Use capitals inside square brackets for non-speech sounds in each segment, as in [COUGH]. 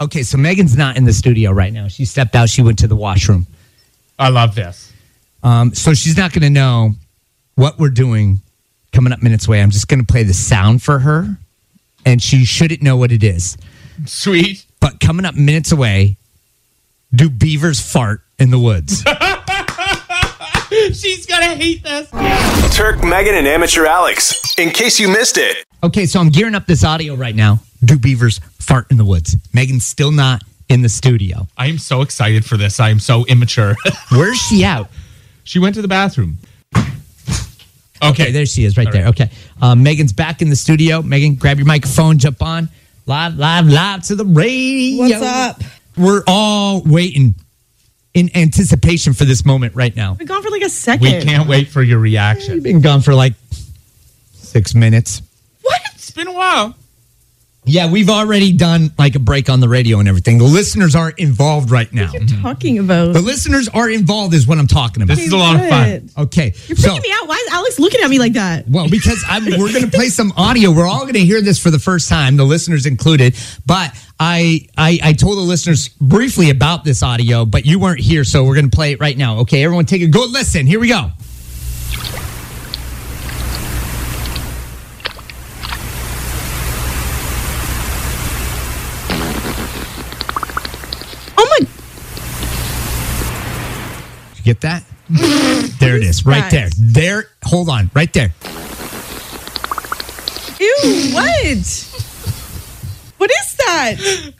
Okay, so Megan's not in the studio right now. She stepped out. She went to the washroom. I love this. Um, so she's not going to know what we're doing coming up minutes away. I'm just going to play the sound for her, and she shouldn't know what it is. Sweet. But coming up minutes away, do beavers fart in the woods? She's gonna hate this. Turk, Megan, and Amateur Alex. In case you missed it, okay, so I'm gearing up this audio right now. Do beavers fart in the woods? Megan's still not in the studio. I am so excited for this. I am so immature. [LAUGHS] Where's she out? she went to the bathroom. Okay, Okay, there she is, right there. Okay, um, Megan's back in the studio. Megan, grab your microphone, jump on live, live, live to the radio. What's up? We're all waiting in anticipation for this moment right now. We've gone for like a second. we can't wait for your We've reaction. been gone for like six minutes. What? It's been a while. Yeah, we've already done like a break on the radio and everything. The listeners are involved right now. Talking about. The listeners are involved is what I'm talking about. This is a lot of fun. Good. okay. You're freaking me out. Why is Alex looking at me like that? Well, because I'm, we're going to play some audio. We're all going to hear this for the first time, the listeners included. But I, I, I told the listeners briefly about this audio, but you weren't here, so we're going to play it right now. Okay, everyone, take a good listen. Here we go. Oh my! You get that? there it is, right there. that? There. Hold on, right there. Ew! What? What is that?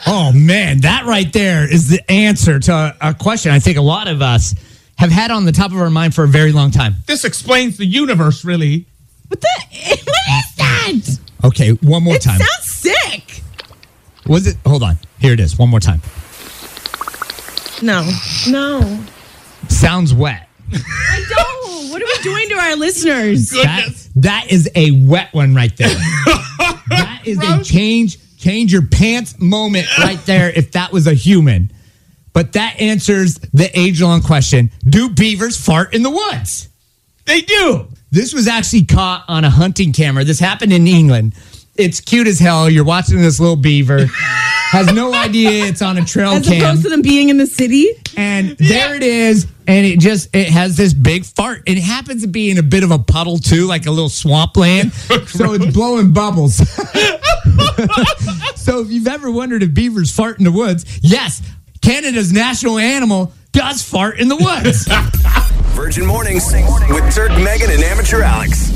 Oh man, that right there is the answer to a question I think a lot of us have had on the top of our mind for a very long time. This explains the universe, really. What the? [LAUGHS] What is that? Okay, one more It time. sounds sick. Was it? Hold on. Here it is. One more time. No, no. Sounds wet. I don't. What are we doing to our listeners? That, Goodness. that is a wet one right [LAUGHS] there. that is a Gross. change change your pants moment right there if that was a human. But that answers the age long question Do beavers fart in the woods? They do. This was actually caught on a hunting camera. This happened in England. It's cute as hell. You're watching this little beaver, has no idea it's on a trail As cam. opposed to them being in the city. and there it is. And it just it has this big fart. It happens to be in a bit of a puddle too, like a little swampland. so it's blowing bubbles. [LAUGHS] so if you've ever wondered if beavers fart in the woods, yes, Canada's national animal does fart in the woods. Virgin Mornings with Turk, Megan, and Amateur Alex.